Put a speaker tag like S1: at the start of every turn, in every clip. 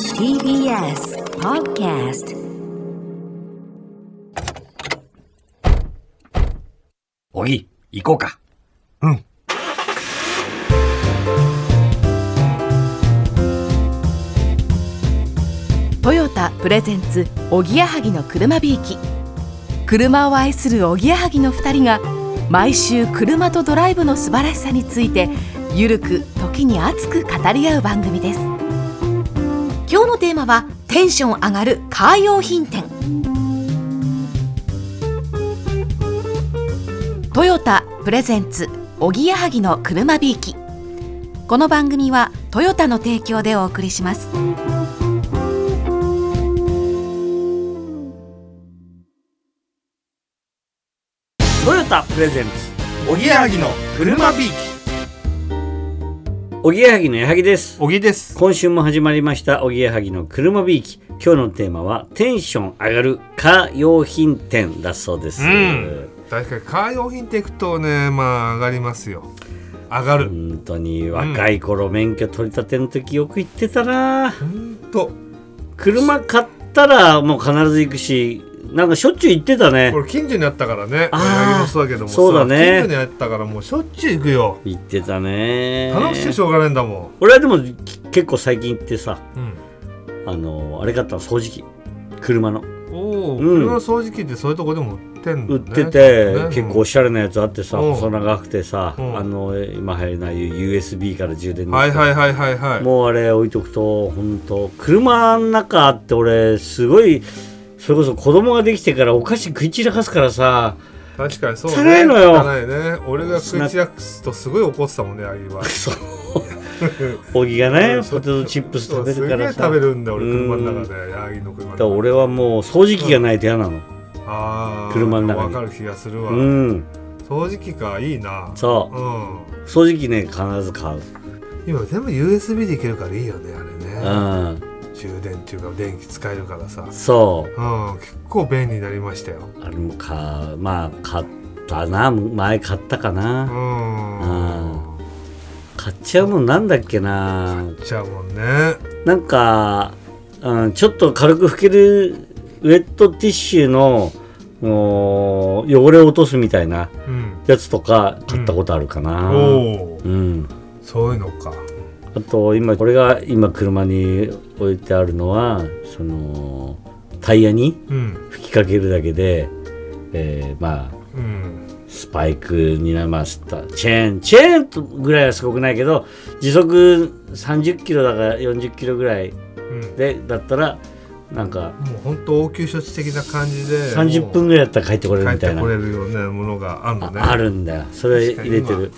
S1: TBS Podcast
S2: おぎ、行こうか。
S3: トヨタプレゼンツおぎやはぎの車びいき車を愛するおぎやはぎの2人が毎週車とドライブの素晴らしさについてゆるく時に熱く語り合う番組です今日のテーマはテンション上がるカー用品店トヨタプレゼンツおぎやはぎの車びいきこの番組はトヨタの提供でお送りします
S2: トヨタプレゼンツ。
S4: おぎやはぎの車ビー
S2: おぎやはぎの矢作です。
S4: おぎです。
S2: 今週も始まりました、おぎやはぎの車びいき。今日のテーマは、テンション上がるカー用品店だそうです。
S4: うん。確かにカー用品っていくとね、まあ上がりますよ。上がる。
S2: 本当に若い頃、免許取り立ての時よく行ってたな
S4: うんと、
S2: 車買ったらもう必ず行くし、なんかしょっちゅう行ってたね
S4: こ。れ近所にあったからね。
S2: あ
S4: お
S2: ー
S4: ぎやはぎもそうだけどもさ。
S2: そうだね
S4: 近所にあったからもうしょっちゅう行くよ。
S2: 行ってたね
S4: 楽しくてしょうがないんだも
S2: 俺はでもき結構最近行ってさ、
S4: ん。うん。
S2: あの、あれ買ったの掃除機。車の。
S4: おお、
S2: うん
S4: 車の掃除機ってそういうとこでも売ってんの
S2: 売
S4: ね。
S2: ってて、
S4: ね
S2: 結構お。しゃれなやつあってさ、
S4: うん
S2: 細長くてさ、
S4: うん
S2: あの今流行りない USB から充電
S4: う
S2: で
S4: ん
S2: きて
S4: はいはいはいはいはい。
S2: もうあれ置いとくと本当車の中って俺すごいそれこそ子供ができてからお菓子食い散らかすからさ
S4: 確かにそうね。
S2: 汚いのよ
S4: 汚いね。俺が食い散らかすとすごい怒ってたもんね、あぎは。
S2: そうおぎがね
S4: うん
S2: ポテトチップス食べるから
S4: そう
S2: さ
S4: すげえ食べるんだよ俺車の
S2: うん
S4: 中でヤギの車の
S2: だ
S4: 中
S2: から俺はもう掃除機がないと嫌なの
S4: あー
S2: 車の中に
S4: わかる気がするわ、
S2: うん、
S4: 掃除機かいいな
S2: そう
S4: うん
S2: 掃除機ね必ず買う
S4: 今全部 USB でいけるからいいよねあ
S2: う
S4: れね
S2: ん
S4: 充電っていうか電気使えるからさ
S2: そう
S4: うん結構便利になりましたよ
S2: あれもかまあ買ったな前買ったかな、
S4: うん
S2: 買っちゃうもんなんだっけな
S4: じゃあもんね
S2: なんか、うん、ちょっと軽く拭けるウェットティッシュのおー汚れを落とすみたいな
S4: うん
S2: やつとか買ったことあるかな、うん
S4: おおそういうのか
S2: あと今これが今車に置いてあるのはそのタイヤに
S4: うん
S2: 吹きかけるだけで、えーまあ
S4: うん
S2: スパイクになりました。チェーン、チェーンとぐらいはすごくないけど、時速30キロだから40キロぐらい
S4: うんも
S2: で、だったら、なんか、
S4: う本当応急処置的な感じで
S2: 30分ぐらいだったら帰ってこれる
S4: 帰っ
S2: みた
S4: て
S2: いな。
S4: これるようなものがあるの
S2: あ
S4: ね
S2: あるんだよ。それ入れてる。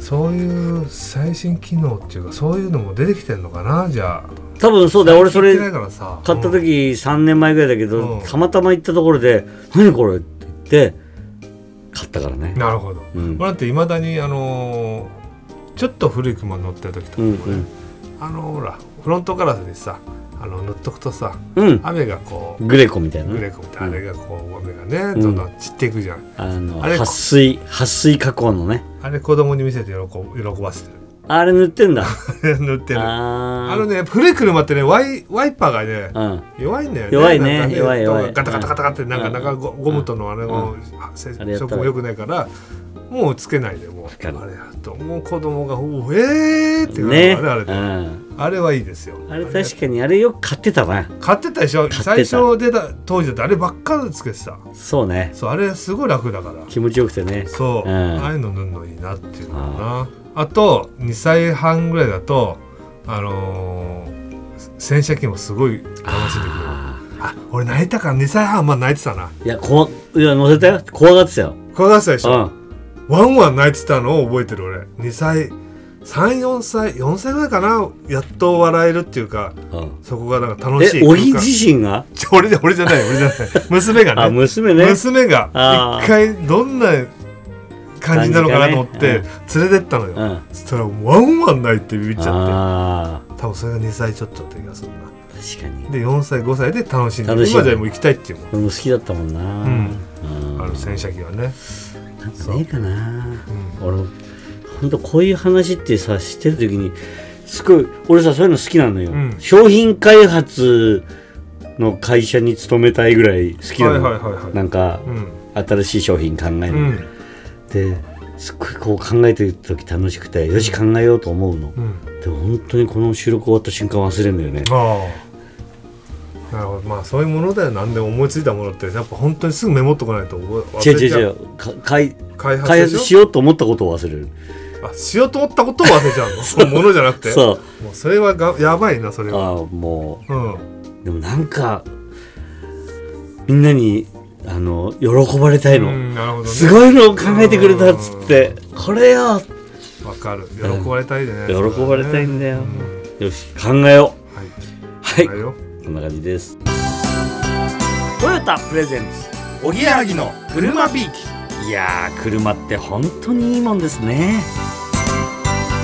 S4: そういう最新機能っていうかそういうのも出てきてんのかなじゃあ
S2: 多分そうだよ。俺それ
S4: 聞いて
S2: 買
S4: な
S2: っ
S4: いからさ
S2: た時3年前ぐらいだけど、
S4: うん
S2: たまたま行ったところで、何これって言って、買ったからね
S4: うん。なるほど、
S2: うん
S4: 俺だっていまだにあのーちょっと古い車乗ってる時とか
S2: う
S4: も
S2: ん
S4: ね、あのーほらフロントガラスにさあの塗っとくとさ
S2: うん。うん。
S4: 雨がこう
S2: グレコみたいな
S4: グ
S2: ね。
S4: レーコみたいなあれがこう雨がねどんどん散っていくじゃん、
S2: あの、
S4: あれ
S2: 撥水、撥水加工のね。
S4: あれ子供に見せて喜ぶ喜ばせて
S2: あれ塗ってんだ。
S4: る 塗ってるあ
S2: あー
S4: のね古い車ってねワイワイパーがね、
S2: うん。
S4: 弱いんだよね。
S2: 弱いね
S4: なんか
S2: 弱い弱い
S4: ガタガタガタガタってなんか
S2: うん
S4: なんかゴゴムとのあれ
S2: う
S4: の接
S2: あれやった
S4: 触も良くないから、もうつけないでもう
S2: かる
S4: あれやともう子供がおえーって言うの
S2: ね、
S4: があれあれ
S2: う
S4: で
S2: ん、
S4: あれはいいですよ。
S2: あれ確かにあれよく買ってたな
S4: 買ってたでし
S2: 買
S4: ょ。
S2: ってた
S4: 最初出た当時だってあればっかりつけてた。
S2: そうね
S4: そうあれすごい楽だから。
S2: 気持ちよくてね
S4: そう、
S2: うん
S4: ああいうの塗るのいいなっていうのかな。あと2歳半ぐらいだとあのー洗車機もすごい楽しんでくれる。
S2: あ
S4: あ俺泣いたから2歳半まあ泣いてたな。
S2: ーいやこわいや乗せたよ怖がってたよ、
S4: 怖がってたでし
S2: う
S4: ょ、
S2: ん、
S4: ワンワン泣いてたのを覚えてる俺2歳34歳4歳ぐらいかなやっと笑えるっていうか
S2: うん、
S4: そこがなんか楽しい
S2: えおぎ
S4: 空間
S2: 自身が、
S4: ちょ俺じゃ俺じゃない 俺じゃない娘が
S2: あ
S4: ね
S2: 娘ね
S4: 娘が
S2: あー
S4: 一回どんな感じなのかなと思って
S2: 感
S4: 連れてったのよ、
S2: うん
S4: そしたらワンワン泣いてビビっちゃっ
S2: あ
S4: て多分それが2歳ちょっとだった気がするな
S2: ー確かに
S4: で4歳5歳で楽しんで
S2: 楽しんで
S4: 今じゃもう行きたいっていうもん
S2: 俺も好きだったもんな、うん
S4: あの洗車機はね、
S2: なんかねえかな
S4: うん
S2: 俺ほんとこういう話ってさしてる時にすごい俺さそういうの好きなのよ、
S4: うん
S2: 商品開発の会社に勤めたいぐらい好きなの、
S4: はいはいはいはい
S2: なんか
S4: うん
S2: 新しい商品考える
S4: う
S2: のっ
S4: ん
S2: て、すっごいこう考えてる時楽しくてよし考えようと思うの、
S4: うん
S2: でも本当にこの収録終わった瞬間忘れるんだよね
S4: ああなるほどまあそういうものだよ何でも思いついたものってやっぱ本当にすぐメモっとかないと覚え
S2: 違う
S4: 忘れちゃ
S2: 違う違うか開
S4: 開発
S2: 開
S4: で
S2: 発
S4: し
S2: し
S4: ょ
S2: ようと思ったことを忘れる
S4: あしようと思ったことを忘れちゃうのそうものじゃなくて
S2: そう
S4: もうそれはがやばいなそれは
S2: ああも
S4: うん
S2: うでもなんかみんなにあの喜ばれたいの、
S4: うんなるほどね
S2: すごいのを考えてくれたっつってこれよ
S4: わかる喜ばれたいでね、
S2: 喜ばれたいんだよ
S4: うん
S2: よし考えよ
S4: はいう
S2: はい
S4: あれよ
S2: こんな感じですトヨタプレゼンツおぎやはぎの車ビーキいやー車って本当にいいもんですね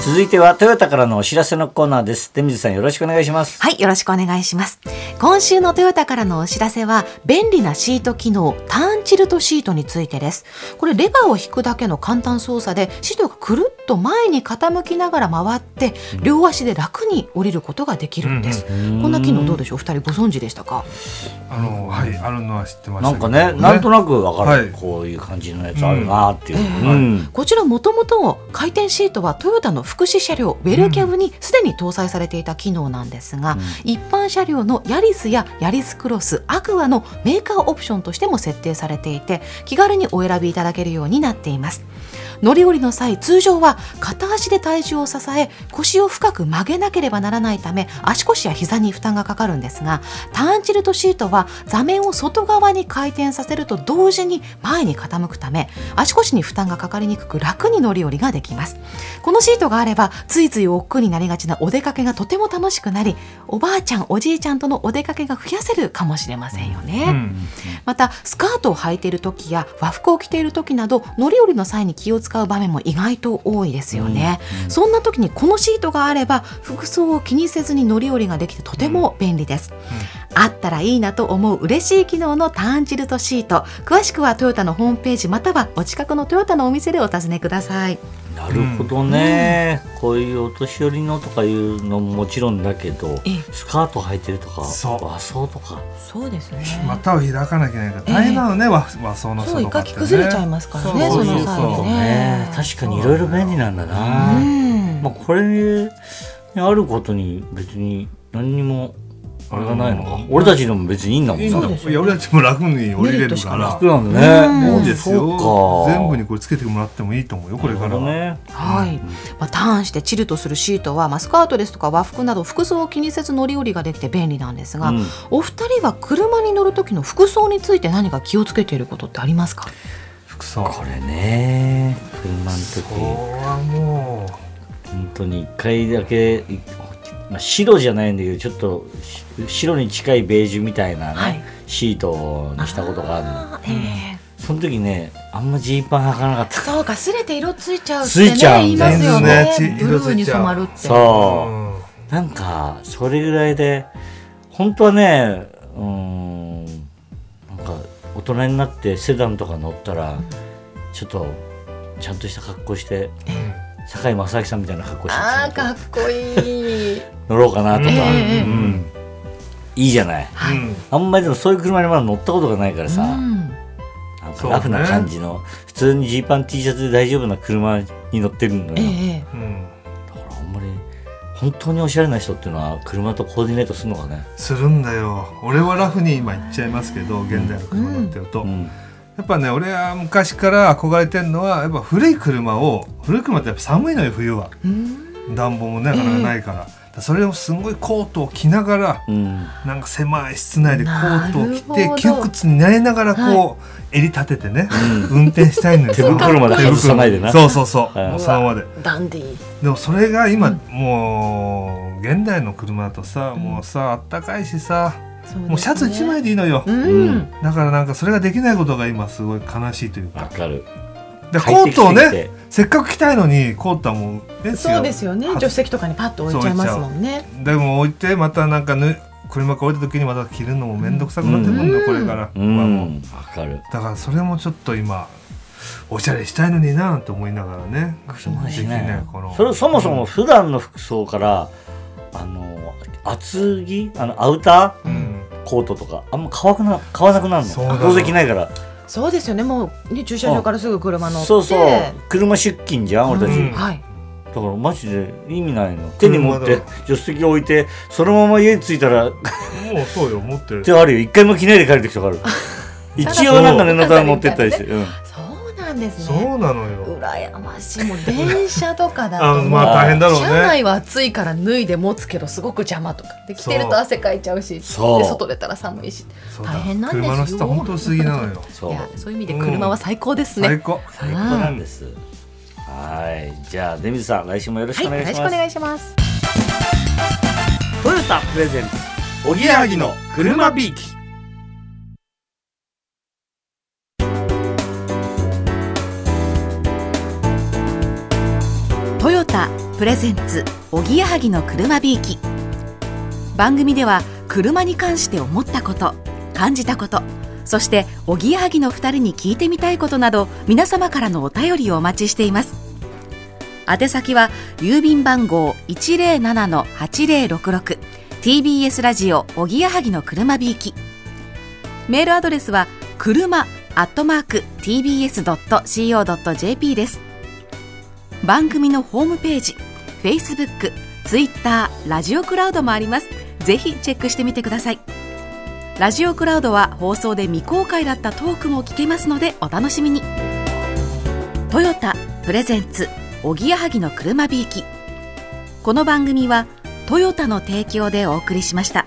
S2: 続いてはトヨタからのお知らせのコーナーです出水さんよろしくお願いします
S3: はい、よろしくお願いします。今週のトヨタからのお知らせは、便利なシート機能、ターンチルトシートについてです。これ、レバーを引くだけの簡単操作で、シートがくるっと前に傾きながら回って、両足で楽に降りることができるんです。こんな機能どうでしょうお二人ご存知でしたか
S4: あのはいあるのは知ってました
S5: なんかね、なんとなくわかる、
S4: はい
S5: こういう感じのやつあるなっていうのが、
S4: うん
S5: うん
S3: こちらもともと回転シートはトヨタの福祉車両ウェルキャブにすでに搭載されていた機能なんですが、一般車両のヤリスやヤリスクロスアクアのメーカーオプションとしても設定されていて気軽にお選びいただけるようになっています乗り降りの際通常は片足で体重を支え腰を深く曲げなければならないため足腰や膝に負担がかかるんですがターンチルトシートは座面を外側に回転させると同時に前に傾くため足腰に負担がかかりにくく楽に乗り降りができますこのシートがあればついつい億劫になりがちなお出かけがとても楽しくなりおばあちゃんおじいちゃんとのお出かけが増やせるかもしれませんよね、
S4: うん
S3: またスカートを履いている時や和服を着ている時など乗り降りの際に気を使う場面も意外と多いですよね、そんな時にこのシートがあれば服装を気にせずに乗り降りができてとても便利です、あったらいいなと思う嬉しい機能のターンチルトシート詳しくはトヨタのホームページまたはお近くのトヨタのお店でお尋ねください
S5: なるほどね、こういうお年寄りのとかいうのももちろんだけど
S3: ええ、
S5: スカート履いてるとか、
S4: そう
S5: 和装とか、
S3: そうですね
S4: 股を開かなきゃいけないから大変なのね、和和装の人とかって、ね、
S3: ますから
S4: ねそうそうそうその際に
S5: ね、確かにいろいろ便利なんだな。まあ、これにあることに別に何にもあれがないのか、
S4: うん
S5: 俺たちでも別にいいんだも
S4: いい
S5: ん
S4: んだ
S5: な
S4: もんいや俺たちも楽に降りれ
S3: メリット
S4: る
S3: し
S4: か
S3: から
S5: 楽なんだね、
S4: い
S5: も
S4: い
S5: うん
S4: ですよ
S5: そうか
S4: 全部にこれつけてもらってもいいと思うよこれから
S5: なる
S4: は、
S5: ほどね
S3: はい、まあ、ターンしてチルとするシートは、まあ、スカートですとか和服など服装を気にせず乗り降りができて便利なんですが、
S5: うん
S3: お二人は車に乗る時の服装について何か気をつけていることってありますか
S4: 服装
S5: これね車の
S4: そ
S5: 時
S4: こはも
S5: 本当に一回だけ、いまあ、白じゃないんだけどちょっとし白に近いベージュみたいなね、
S3: はい
S5: シートにしたことがあるの
S3: あーえ
S5: その時ねあんまジーパン履かなかっ
S3: ー
S5: た
S3: そうかすれて色ついちゃうって
S5: つい
S3: ね
S5: ちゃうん
S3: 言い
S5: だ
S3: ま
S5: よ
S3: す
S5: ね
S3: よね
S4: ねち
S3: ブル
S4: 色つ
S3: ー
S4: い
S3: に
S4: ちゃ
S3: 染
S4: う
S3: まるって
S4: う、う
S5: そ
S4: ん、
S5: うなんかそれぐらいで本当はねうーんなんか大人になってセダンとか乗ったら、ちょっとちゃんとした格好して堺正明さんみたいな格好して
S3: あー
S5: ちゃ
S3: か
S5: ん
S3: っ
S5: と
S3: こいい
S5: 乗ろうかなとか、
S4: え
S3: ええ
S5: うん、いいじゃない
S3: はい、
S4: うん
S5: あんまりでもそういう車にまだ乗ったことがないからさ、
S3: うん
S5: なんかラフな感じの、普通にジーパン T シャツで大丈夫な車に乗ってるのよ、
S3: ええ
S4: うん、
S5: だからあんまり本当におしゃれな人っていうのは車とコーディネートするのかね、
S4: するんだよ俺はラフに今行っちゃいますけど現代の車乗ってると、
S5: うん、
S4: やっぱね俺は昔から憧れてるのはやっぱ古い車を古い車ってやっぱ寒いのよ冬は
S3: うん
S4: 暖房もねなかなかないから,、それをすごいコートを着ながら
S5: うん、
S4: なんか狭い室内でコートを着
S3: なる
S4: て
S3: ほど
S4: 窮屈になりながらこう、襟立ててね、運転したいのよ
S5: 手袋まで外さないでな
S4: そうそうそう、
S5: はい
S4: もうそのままで
S3: ダンディー
S4: でもそれが今、もう現代の車だとさもうさあったかいしさ、
S3: そうですね
S4: もうシャツ1枚でいいのよ、
S3: うん、
S5: うん
S4: だからなんかそれができないことが今すごい悲しいという
S5: わ
S4: か
S5: かる
S4: で
S5: 快
S4: コ
S5: 適す
S4: ートを
S5: ぎて
S4: ねせっかく着たいのにコートはもうですよ
S3: そうですよね助手席とかにパッと置いちゃいますもんね
S4: でも置いてまたなんかぬ車から置いた時にまた着るのも面倒くさくなってくるんだよ、これから、
S5: う
S4: まあもうん
S5: わかる
S4: だからそれもちょっと今おしゃれしたいのになと思いながらね
S2: 車いし
S4: できな
S2: ね
S4: いこの
S2: それそもそも普段の服装からあの厚着あのアウタ
S4: う
S2: ー
S4: ん
S2: コートとかあんま買わな買わなくなる
S4: そうだ
S2: の
S4: な
S2: どうせ着ないから
S3: そうですよねもうね駐車場からすぐ車乗って
S2: そうそう車出勤じゃん俺たち、
S4: うん
S2: だ
S3: はい
S2: からマジで意味ないの手に持って
S4: 車だ
S2: 助手席置いてそのまま家に着いたらっ
S4: もうそうよ持ってる
S2: てあるよ一回も着ないで帰る時とかあ る一応なんか念のため持ってったりして、うん
S3: そうなんですね
S4: そうなのよ
S3: 羨ましいもう電車とかだ
S4: あ
S3: と
S4: まあ大変だろう
S3: 車
S4: ね
S3: 内は暑いから脱いで持つけどすごく邪魔とかで着てる
S4: そう
S3: と汗かいちゃうしで
S2: そう
S3: 外出たら寒いし
S4: そうだ
S3: 大変なんですよ
S4: 車の下本当薄着なのよ
S2: そう
S3: いやそういう意味で車は最高ですね、
S4: 最高
S2: 最高なんですはいじゃあ出水さん来週もよろしくお
S3: はい
S2: 願
S3: よ
S2: い
S3: ろ
S2: し
S3: しく
S2: ま
S3: お願いしま
S2: す、
S3: す
S5: トヨタプレゼンツおぎやはぎの車ビーキ
S6: トヨタプレゼンツおぎやはぎの車びいき番組では車に関して思ったこと感じたことそしておぎやはぎの2人に聞いてみたいことなど皆様からのお便りをお待ちしています宛先は郵便番号 107-8066TBS ラジオおぎやはぎの車びいきメールアドレスは車アットマーク TBS.CO.jp です番組のホームページ Facebook、Twitter、ラジオクラウドもありますぜひチェックしてみてくださいラジオクラウドは放送で未公開だったトークも聞けますのでお楽しみにトヨタプレゼンツおぎやはぎの車びいきこの番組はトヨタの提供でお送りしました